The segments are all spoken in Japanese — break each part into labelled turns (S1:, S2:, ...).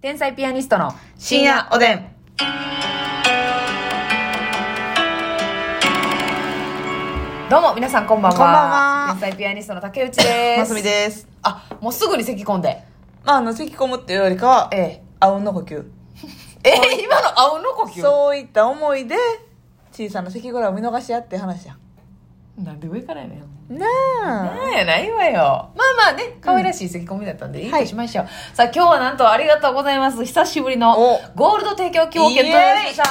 S1: 天才ピアニストの
S2: 深夜おでん。
S1: どうも皆さんこんばんは
S2: こんばんは
S1: 天才ピアニストの竹内です
S2: ますみです。
S1: あもうすぐに咳き込んで
S2: まあ、あの、咳込むっていうよりかは、
S1: え
S2: あうんの呼吸。
S1: ええ今の青の呼吸
S2: そういった思いで、小さな咳ぐらいを見逃しやって話や。
S1: うなんで上からやねん
S2: なあ。
S1: なんやないわよまあまあね可愛らしい咳き込みだったんで、いい
S2: は
S1: と
S2: い
S1: しましょう、さあ今日はなんとありがとうございます久しぶりの
S2: お
S1: ゴールド提供供券と
S2: イエーイ
S1: なりました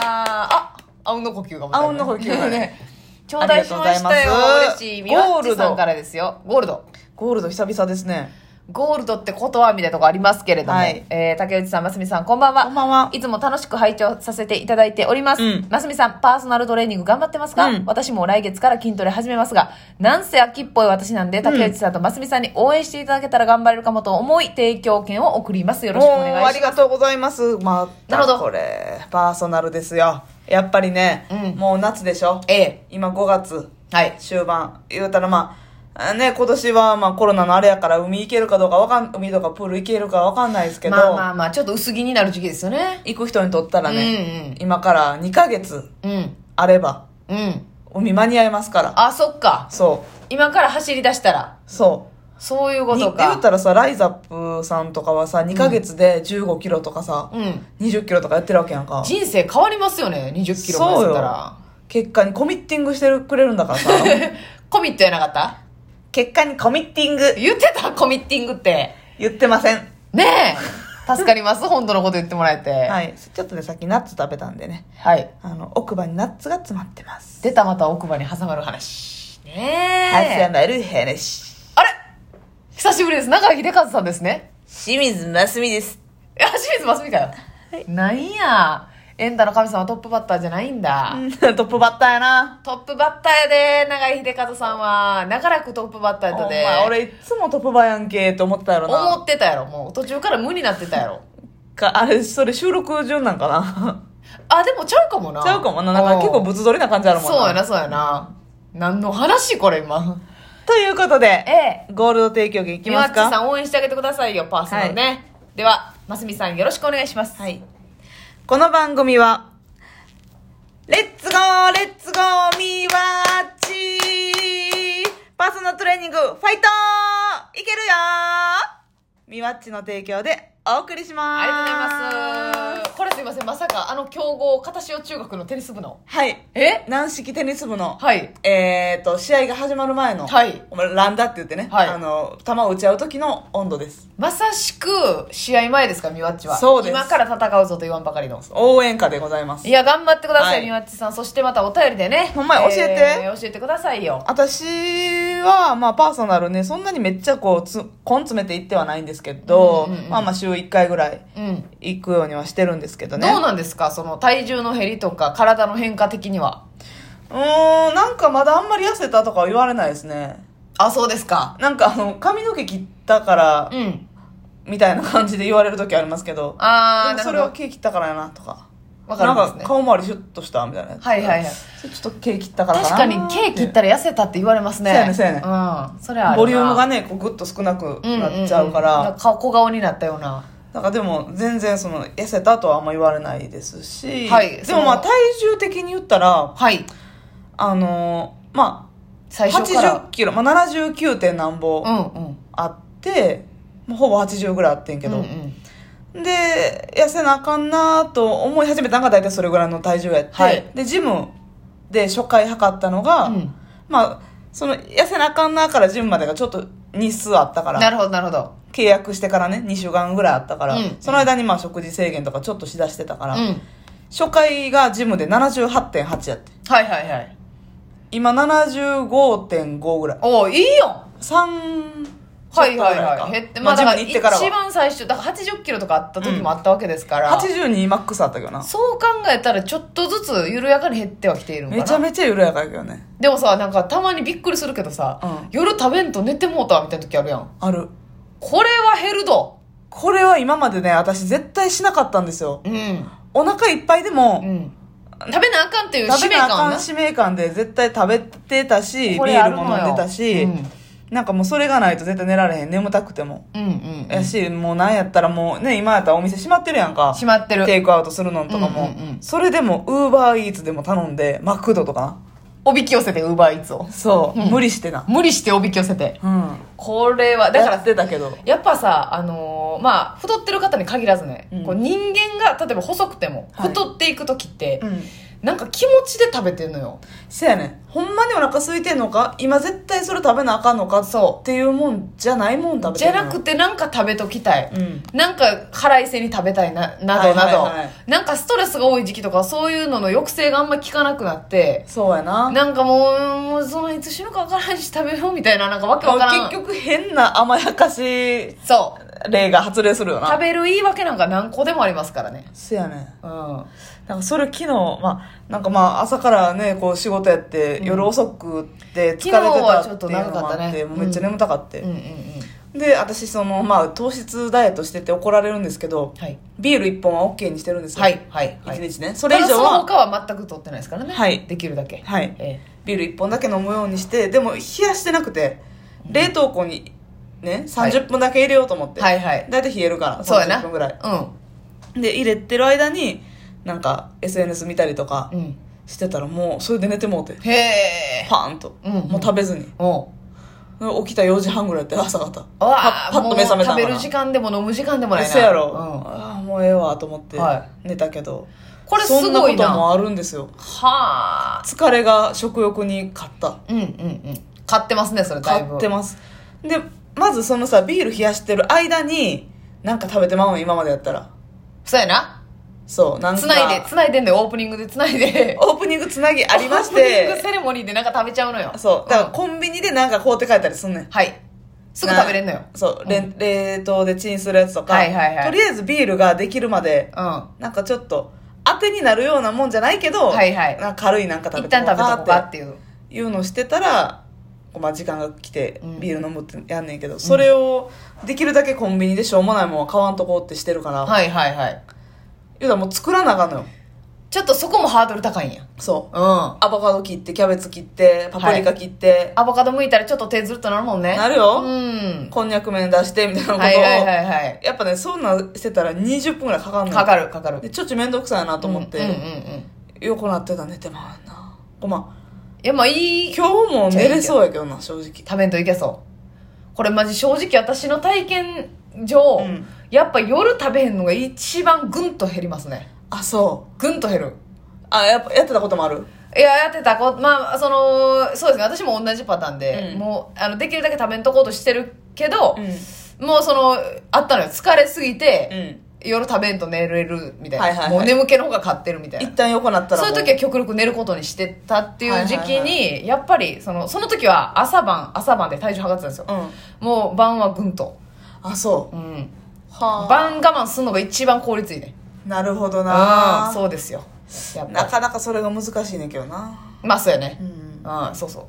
S1: あ青の呼吸がまた
S2: あうんの呼吸がね
S1: 頂戴しましたよ
S2: ありがとうございます
S1: 嬉しいみわっちさんからですよゴールド
S2: ゴールド久々ですね。
S1: ゴールドってことはみたいなとこありますけれども、
S2: はい
S1: えー竹内さん、ますみさん、こんばんは。
S2: こんばんはい
S1: つも楽しく拝聴させていただいております。
S2: うん
S1: ますみさん、パーソナルトレーニング頑張ってますか、
S2: うん
S1: 私も来月から筋トレ始めますが、なんせ秋っぽい私なんで、竹内さんとますみさんに応援していただけたら頑張れるかもと思い、提供券を送ります。よろしくお願いし
S2: おー
S1: ま
S2: あ
S1: す
S2: り。がとうございます。また
S1: なるほど
S2: これ、パーソナルですよ。やっぱりね、
S1: うん
S2: もう夏でしょ
S1: ええ
S2: 今5月、
S1: はい。
S2: 終盤。言うたらまあ、ね、今年はまあコロナのあれやから海行けるかどうかわかん、海とかプール行けるかわかんないですけど、
S1: まあまあまあ、ちょっと薄着になる時期ですよね。
S2: 行く人にとったらね、
S1: う
S2: 今から2ヶ月
S1: うん。
S2: あれば、
S1: うん。
S2: 海間に合いますから。
S1: あ、そっか。
S2: そ
S1: 今から走り出したら、
S2: う、そう。
S1: そういうこ
S2: に
S1: と
S2: 言う
S1: か。
S2: たらさ、ライザップさんとかはさ、2ヶ月で15キロとかさ、
S1: うん。
S2: 20キロとかやってるわけやんか。
S1: 人生変わりますよね、20キロも痩せたら。
S2: 結果にコミッティングしてるくれるんだからさ
S1: コミットやなかった
S2: 結果にコミッティング
S1: 言ってたコミッティングって。
S2: 言ってません
S1: ねえ。助かります。本当のこと言ってもらえて。はい。
S2: はいちょっとねさっきナッツ食べたんでねあの奥歯にナッツが詰まってます
S1: 出たまた奥歯に挟まる話。ね
S2: ア
S1: え。
S2: スナルヘネシ
S1: あれ久しぶりです。長井秀和さんですね。
S2: 清水ますみです
S1: え、清水ますみかよ。なんや。エンタの神様トップバッターじゃないんだ。
S2: うんトップバッターやな
S1: トップバッターやで、長井秀和さんは。長らくトップバッターやった
S2: お
S1: で。
S2: 前俺いつもトップバやんけって思ってたやろな
S1: 思ってたやろ。もう途中から無になってたやろ。
S2: かあれそれ収録順なんかな
S1: あ、でもちゃうかもな。
S2: ちゃうかもななんか
S1: うん
S2: 結構物撮りな感じあるもんな
S1: そうやな、そうやな。何の話これ 今。
S2: ということ
S1: え
S2: で
S1: え。
S2: ゴールド提供券いき
S1: みわ
S2: ま
S1: っ
S2: す
S1: ち
S2: か
S1: さん応援してあげてくださいよ、パーソナルね。では、ますみさんよろしくお願いします。
S2: はい。この番組は、レッツゴーレッツゴーみわっちパーソナルトレーニングファイトいけるよみわっちの提供でお送りします。
S1: ありがとうございます。これすいません、まさかあの強豪、片潮中学のテニス部の。
S2: はい。
S1: え
S2: 軟式テニス部の、
S1: はい。
S2: えっ、ー、と、試合が始まる前の、
S1: はい
S2: お前ランダって言ってね、
S1: はい
S2: あの、球を打ち合う時の温度です。
S1: まさしく、試合前ですか、みわっちは。
S2: そうです
S1: 今から戦うぞと言わんばかりの。
S2: 応援歌でございます
S1: い。や、頑張ってください、
S2: はい
S1: みわっちさん。そしてまたお便りでね。
S2: ほんまや教えて
S1: ー教えてくださいよ。
S2: 私は、まあ、パーソナルね、そんなにめっちゃこう、つ、根詰めていってはないんですけど、
S1: うんうんうん
S2: まあまあ、週1回ぐらい
S1: うん。
S2: 行くようにはしてるんですけどね。
S1: どうなんですかその体重の減りとか体の変化的には。
S2: うーん、なんかまだあんまり痩せたとかは言われないですね。
S1: あ、そうですか。
S2: なんかあの、髪の毛切ったから、
S1: うん。
S2: みたいな感じで言われる時ありますけど、
S1: あー、
S2: でも
S1: な
S2: そ
S1: るほ
S2: れは
S1: ど。
S2: 毛切ったからやな、とか。
S1: わかるんですね
S2: なんか顔周りシュッとしたみたいなやつ。
S1: はいはいはい
S2: それちょっと毛切ったから
S1: 確
S2: かな。
S1: かに毛切ったら痩せたって言われますね。
S2: そうやねそうやね
S1: うん。それはあるな
S2: ボリュームがね、こうグッと少なくなっちゃうから、
S1: んんんなんか小顔になったような。
S2: なんかでも全然その痩せたとはあんま言われないですし、
S1: はい
S2: でもまあ
S1: そ
S2: 体重的に言ったら
S1: はい。
S2: あのーまあ
S1: 最初から。
S2: 80キロ、まあ、79. 点なんぼ
S1: うんうん。
S2: あって、もうほぼ80ぐらいあってんけ
S1: うん
S2: ど
S1: う、ん
S2: で痩せなあかんなと思い始めたのが大体それぐらいの体重やって、
S1: はい
S2: でジムで初回測ったのが、
S1: うん
S2: まあその痩せなあかんなからジムまでがちょっと日数あったから
S1: なるほどなるほど。
S2: 契約してからね2週間ぐらいあったから、
S1: うん
S2: その間にまあ食事制限とかちょっとしだしてたから、
S1: うん。
S2: 初回がジムで78.8やって
S1: はいはいはい。
S2: 今75.5ぐらい
S1: おーいいよ
S2: 3
S1: はいはいはい。減って、まあ、だ
S2: ジ
S1: か
S2: ム
S1: ら
S2: に行ってから
S1: 一
S2: は
S1: 番最初、だから80キロとかあった時もあったわけですから。
S2: 82マックスあったけどな
S1: そう考えたらちょっとずつ緩やかに減ってはきているのかな
S2: めちゃめちゃ緩やかやけどね
S1: でもさなんかたまにびっくりするけどさ、
S2: うん
S1: 夜食べんと寝てもうたわみたいな時あるやん
S2: ある
S1: これは減るぞ
S2: これは今までね私絶対しなかったんですよ
S1: うん、
S2: お腹いっぱいでも、
S1: うん、食べなあかんっていう使
S2: 食べ
S1: 命
S2: なあ
S1: 感
S2: か
S1: は
S2: ん使命感で絶対食べてたしビ
S1: これある
S2: ール
S1: のよ
S2: も飲んでたし、
S1: うん
S2: なんかもうそれがないと絶対寝られへん。眠たくても。
S1: うんうんうん
S2: やし、もうなんやったらもうね、今やったらお店閉まってるやんか。
S1: 閉まってる
S2: テイクアウトするのとかも。
S1: うんうんうん
S2: それでも、ウーバーイーツでも頼んで、マクドとか
S1: おびき寄せてウーバーイーツを
S2: な。そう、
S1: うん
S2: 無理してな。
S1: 無理しておびき寄せて
S2: うん。
S1: これはだ
S2: だ
S1: か
S2: から
S1: ら
S2: 出たけど。
S1: やっぱさあのーまあ太ってる方に限らずね、
S2: うん
S1: こう人間が例えば細くても
S2: はい
S1: 太っていく時って、
S2: うん。
S1: なんか気持ちで食べてるのよ
S2: せやねん。ほんまにお腹空いてんのか今絶対それ食べなあかんのかそう。っていうもんじゃないもん食べ
S1: じ
S2: てる
S1: ゃ
S2: のよ
S1: なくてなんか食べときたい、
S2: うん。
S1: なんか腹いせに食べたいなな
S2: は
S1: ど
S2: いは
S1: ないど、
S2: はい
S1: なんかストレスが多い時期とかそういうのの抑制があんま効かなくなって
S2: そうやな。
S1: なんかもうもうそのいつ死ぬか分からんし食べようみたいななんかわけわからん
S2: 結局変な甘やかし
S1: そう
S2: 例が発令するよ
S1: 食
S2: な。
S1: べる言い訳なんか何個でもありますからね
S2: せやねん。
S1: うん
S2: なんかそれ昨日、まあ、なんかまあ朝からね、こう仕事やって、
S1: うん
S2: 夜遅くって疲れて
S1: 昨日
S2: た
S1: は
S2: っ
S1: ち
S2: て
S1: ょ
S2: い
S1: っ
S2: う
S1: と
S2: のもあっ
S1: 長
S2: て、
S1: かったね
S2: もうめっちゃ眠たかって。
S1: うんうんうん
S2: で、私その、まあ糖質ダイエットしてて怒られるんですけど、
S1: はい
S2: ビール1本は OK にしてるんですよ。
S1: はいはいはい
S2: 1日ね。それ以上
S1: ただその
S2: は、
S1: 他は全く取ってないですからね
S2: はい
S1: できるだけ
S2: はい
S1: え
S2: ビール1本だけ飲むようにして、でも冷やしてなくて、冷凍庫にね、30分だけ入れようと思っ
S1: え
S2: て。
S1: はいはい
S2: だいたい冷えるから、
S1: そうやな
S2: 30分ぐらい。
S1: う
S2: で、入れてる間に、なんか SNS 見たりとか
S1: んうん
S2: してたらもう、それで寝てもうて。
S1: へえ
S2: パーンと、
S1: うん
S2: もう食べずに
S1: おう
S2: 起きた4時半ぐらいやって朝方
S1: あ
S2: パパッと目覚め
S1: もう
S2: たんかな
S1: 食べる時間でも飲む時間でもないな
S2: せやろ、
S1: うん
S2: ああもうええわと思って
S1: は
S2: 寝たけど、
S1: これす
S2: そんな
S1: ご
S2: こ
S1: い
S2: と
S1: な
S2: もあるんですよ
S1: はあ
S2: 疲れが食欲に勝った
S1: うんうんうん買ってますねそれだいぶ
S2: 勝ってますでまずそのさビール冷やしてる間になんか食べてまうんよ今までやったら
S1: そうやな
S2: そうなんか
S1: つないでつないでんのよオープニングでつないで
S2: オープニングつなぎ ありまし
S1: オープニング
S2: て
S1: セレモニーでなんか食べちゃうのよ
S2: そうだから
S1: ん
S2: コンビニでなんか買うて帰ったりすんねん
S1: はいすぐ食べれんのよ
S2: そう、
S1: うん
S2: れん冷凍でチンするやつとか、
S1: はいはいはい
S2: とりあえずビールができるまで
S1: うん
S2: なんかちょっと当てになるようなもんじゃないけど、
S1: はいはい
S2: なんか軽いなんか食
S1: 一
S2: べて
S1: 旦
S2: も
S1: 食べと
S2: ら
S1: こうか
S2: っ
S1: ってていう
S2: いうのをしてたら、こうまあ、時間が来て
S1: うん
S2: ビール飲むってやんねんけど、それをできるだけコンビニでしょうもないもんは買わんとこうってしてるから、
S1: はいはいはい
S2: 言うたらもう作らなあかんのよ
S1: ちょっとそこもハードル高いんや
S2: そう
S1: うんア
S2: アボカド切ってキャベツ切ってパプリカ切って、
S1: ボカド剥いたらちょっと手ずるっとなるもんね
S2: なる
S1: う
S2: よ、
S1: ん
S2: こんにゃく麺出してみたいなことを、
S1: はいはいはいはい
S2: やっぱねそんなんしてたら20分ぐらいかかんのよ
S1: かかるかかる
S2: でちょっと面倒くさいなと思
S1: う
S2: っ
S1: んうんうん
S2: て、
S1: うん
S2: 横なってたら寝てまうなごまん
S1: いやまあいい
S2: 今日も寝れそうやけどな正直
S1: 食べんといけそうこれマジ正直私の体験上、
S2: うん
S1: やっぱ夜食べへんのが一番ぐんと減りますね
S2: あそ
S1: ぐんと減る
S2: うあやっぱやってたこともある
S1: いややってたこまあそのそうですね私も同じパターンで、
S2: うん
S1: もうあのできるだけ食べんとこうとしてるけど、
S2: ん、
S1: もうそのあったのよ疲れすぎて、
S2: うん、
S1: 夜食べんと寝れるみたいな、
S2: はいはいはい
S1: もう眠気の方が勝ってるみたい
S2: 一
S1: な
S2: 旦横なったら
S1: そう
S2: も
S1: いう時は極力寝ることにしてたっていう時期に、
S2: はいは
S1: やっぱりそのその時は朝晩朝晩で体重測ってたんですよ、
S2: うん
S1: もう晩はぐんと、
S2: あそう
S1: うん、
S2: は
S1: 晩我慢するのが一番効率いいね
S2: あなるほど
S1: あ
S2: な
S1: あそうですよやっぱ
S2: な
S1: り
S2: かなかそれが難しいねんけどな
S1: まあそうやね
S2: うん
S1: うんそうそ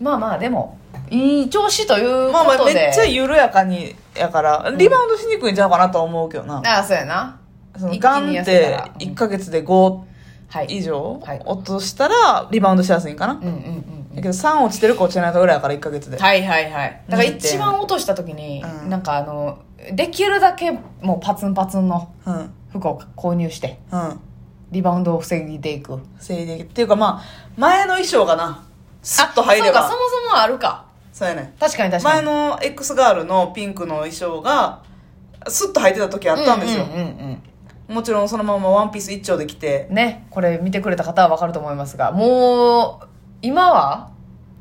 S1: うまあまあでもいい調子という
S2: まあま
S1: こ
S2: あ
S1: と
S2: め
S1: で、
S2: っちゃ緩やかにやからリバウンドしにくいんちゃうかなとは思うけどな、
S1: ああそうやな
S2: その
S1: 一気
S2: ガン
S1: に
S2: っ
S1: 痩せた
S2: て
S1: らうん
S2: 1ヶ月で5
S1: はい
S2: 以上
S1: はい
S2: 落としたらリバウンドしやすいんかな、
S1: うんうんうん
S2: だけど3落ちてるか落ちてないかぐらいやから1ヶ月で、
S1: はいはいはいだから一番落とした時に、
S2: うん
S1: なんかあのできるだけもうパツンパツンの
S2: うんうん
S1: 服を購入してリバウンドを防いでいく
S2: 整理できるっていうかまあ前の衣装がなスッと入れ
S1: あ
S2: ば
S1: そう
S2: そ
S1: か
S2: う
S1: そもそもあるか
S2: やねん
S1: 確かに確か
S2: 前
S1: に
S2: の X ガールのピンクの衣装がスッと履いてた時あったんですよ、
S1: うんうんうん
S2: もちろんそのままワンピース一丁で着て
S1: うんねこれ見てくれた方は分かると思いますがもう今は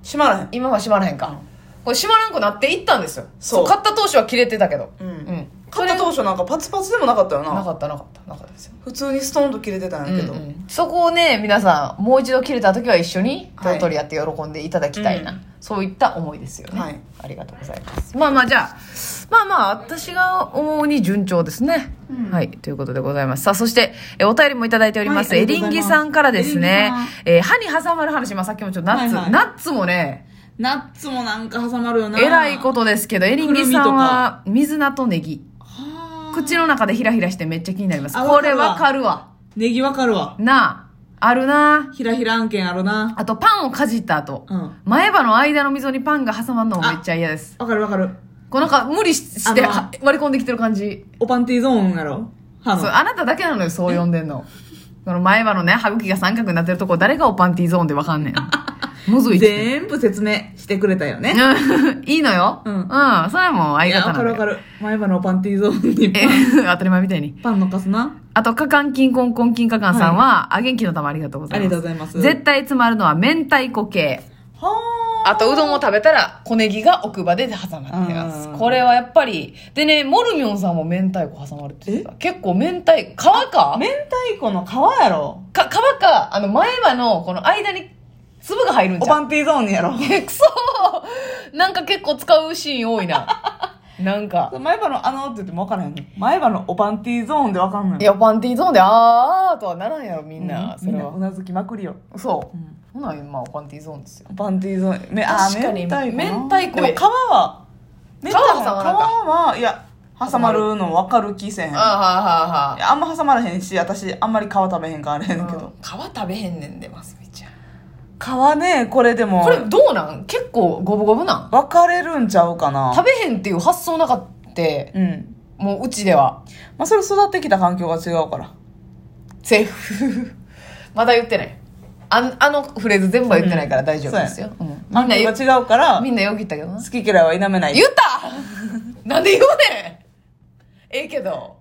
S2: 閉まらへん
S1: 今は閉まらへんか、これ閉まらんくなっていったんですよ
S2: そう
S1: 買った当初は切れてたけど
S2: うん、
S1: うん
S2: 買った当初なんかパツパツでもなかったよ
S1: な
S2: な
S1: かったなかったなかったですよ
S2: 普通にストーンと着れてたんやけど、
S1: うんうんそこをね皆さんもう一度切れた時は一緒に
S2: は
S1: 大
S2: い
S1: トリやって喜んでいただきたいな、
S2: うん
S1: そういった思いですよね、
S2: はい
S1: ありがとうございますまあまあじゃあまあまあ私が思うに順調ですね、はいということでございますさあそしてえお便りもいただいております、
S2: はいあ
S1: エ
S2: りが
S1: リ
S2: とうご
S1: ン
S2: ざいま
S1: ギさ
S2: す
S1: んからです
S2: エリ
S1: ね
S2: ンギ、
S1: えー歯に挟まる話、まあ、さっきもちょっとナッツ、
S2: はいはい
S1: ナッツもね
S2: ナッツもなんか挟まるよな
S1: えらいことですけどエリンギさんは水菜とネギ
S2: はあ
S1: 口の中でヒラヒラしてめっちゃ気になります
S2: あ
S1: これわ
S2: わ
S1: か
S2: か
S1: るわ
S2: ネギわかるわ
S1: なああるな
S2: ひらひら案件あるな。
S1: あと、パンをかじった後。
S2: うん。
S1: 前歯の間の溝にパンが挟まんのもめっちゃ嫌です。
S2: わかるわかる。
S1: こうなんか無理しして
S2: あの
S1: は割り込んできてる感じ。
S2: おパンティーゾーンやろ歯
S1: そう、
S2: の。
S1: あなただけなのよ、そう呼んでんの。その前歯のね、歯茎が三角になってるとこ、誰がおパンティーゾーンでわかんね ん。むずいって。
S2: 全部説明してくれたよね。
S1: うん いいのよ。
S2: うん
S1: うん。それはもう
S2: い
S1: 相
S2: や、
S1: 方
S2: わかる
S1: な
S2: わ
S1: ん
S2: か
S1: で。
S2: る。前歯のおパンティーゾーンに
S1: え、当たり前みたいに。
S2: パンのかすな。
S1: あと、カカンキンコンコンキンカカンさんは、あ、元気の玉ありがとうございます。
S2: ありがとうございます
S1: 絶対詰まるのは明太子系。
S2: は
S1: あと、うどんを食べたら、小ネギが奥歯で挟まってます
S2: うん。
S1: これはやっぱり、でね、モルミョンさんも明太子挟まるって言ってた。結構明太、皮か
S2: あ。明太子の皮やろ。
S1: か、皮か、あの、前歯の、この間に、粒が入るん
S2: お
S1: じゃ
S2: パ
S1: ん。
S2: ンティーゾーンやろ。
S1: え、く そーなんか結構使うシーン多い な。なんか。
S2: 前歯のあのって言っても分からへんの。前歯のおパンティーゾーンで分かんない
S1: いや、パンティーゾーンで、あーとはならんやろ、みんな。そ
S2: みん
S1: れ
S2: なう
S1: は。
S2: なずきまくりよ。
S1: そうう。
S2: ん
S1: ほな、今、パンティーゾーンですよ。
S2: パンティーゾーン。めあー
S1: 確かに
S2: 明
S1: 明
S2: 太
S1: 太子
S2: 子な。でも皮は、
S1: 皮
S2: 明
S1: は
S2: 太子の皮
S1: 挟まらんか
S2: は、いや、挟まるの分かる気せへん。い
S1: あ
S2: や
S1: はーはーはー
S2: あんま挟まらへんし、私あんまり皮食べへんからあれへんけ
S1: うん
S2: ど。
S1: 皮食べへんねんで、ますみちゃん。
S2: 皮ね、これでも
S1: こ、れどうなん結構五分五分なん
S2: 分かれるんちゃうかな。
S1: 食べへんっていう発想なかって、
S2: うん。
S1: もううちでは。
S2: まあ、それ育ってきた環境が違うから。
S1: セーフ。 まだ言ってない。あんあのフレーズ全部は言ってないから大丈夫ですよ。うんみ
S2: 環
S1: んな
S2: 境
S1: よ、
S2: が違うから、
S1: みんなよぎったけどな
S2: 好。き嫌いは否めない。
S1: 言った なんで言うねんええけど。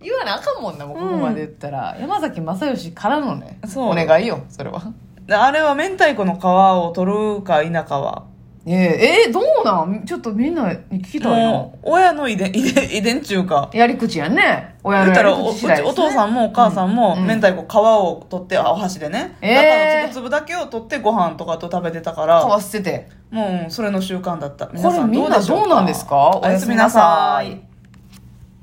S1: 言わなあかんもんな、もうここまで言ったら。山崎正義からのね、
S2: そう
S1: お願いよ、それは。
S2: であれは明太子の皮を取るか否かは、
S1: ええええどうなんちょっとみんなに聞きたいな。
S2: もう親の遺伝、 遺伝、遺伝っちゅうか、
S1: やり口やね。親
S2: 言
S1: の
S2: った
S1: や
S2: ら
S1: り
S2: お,、
S1: 口次第です、ね、
S2: お父さんもお母さんも
S1: うん
S2: 明太子皮を取って、あお箸でね、
S1: えー
S2: 中の粒々だけを取ってご飯とかと食べてたか
S1: 買
S2: ら
S1: わせてて。
S2: もううんそれの習慣だった皆
S1: これ
S2: さん
S1: み
S2: ど
S1: ん
S2: うで
S1: な
S2: しょう
S1: どうなんですか
S2: おやすみなさ
S1: おやすみなさ
S2: い
S1: い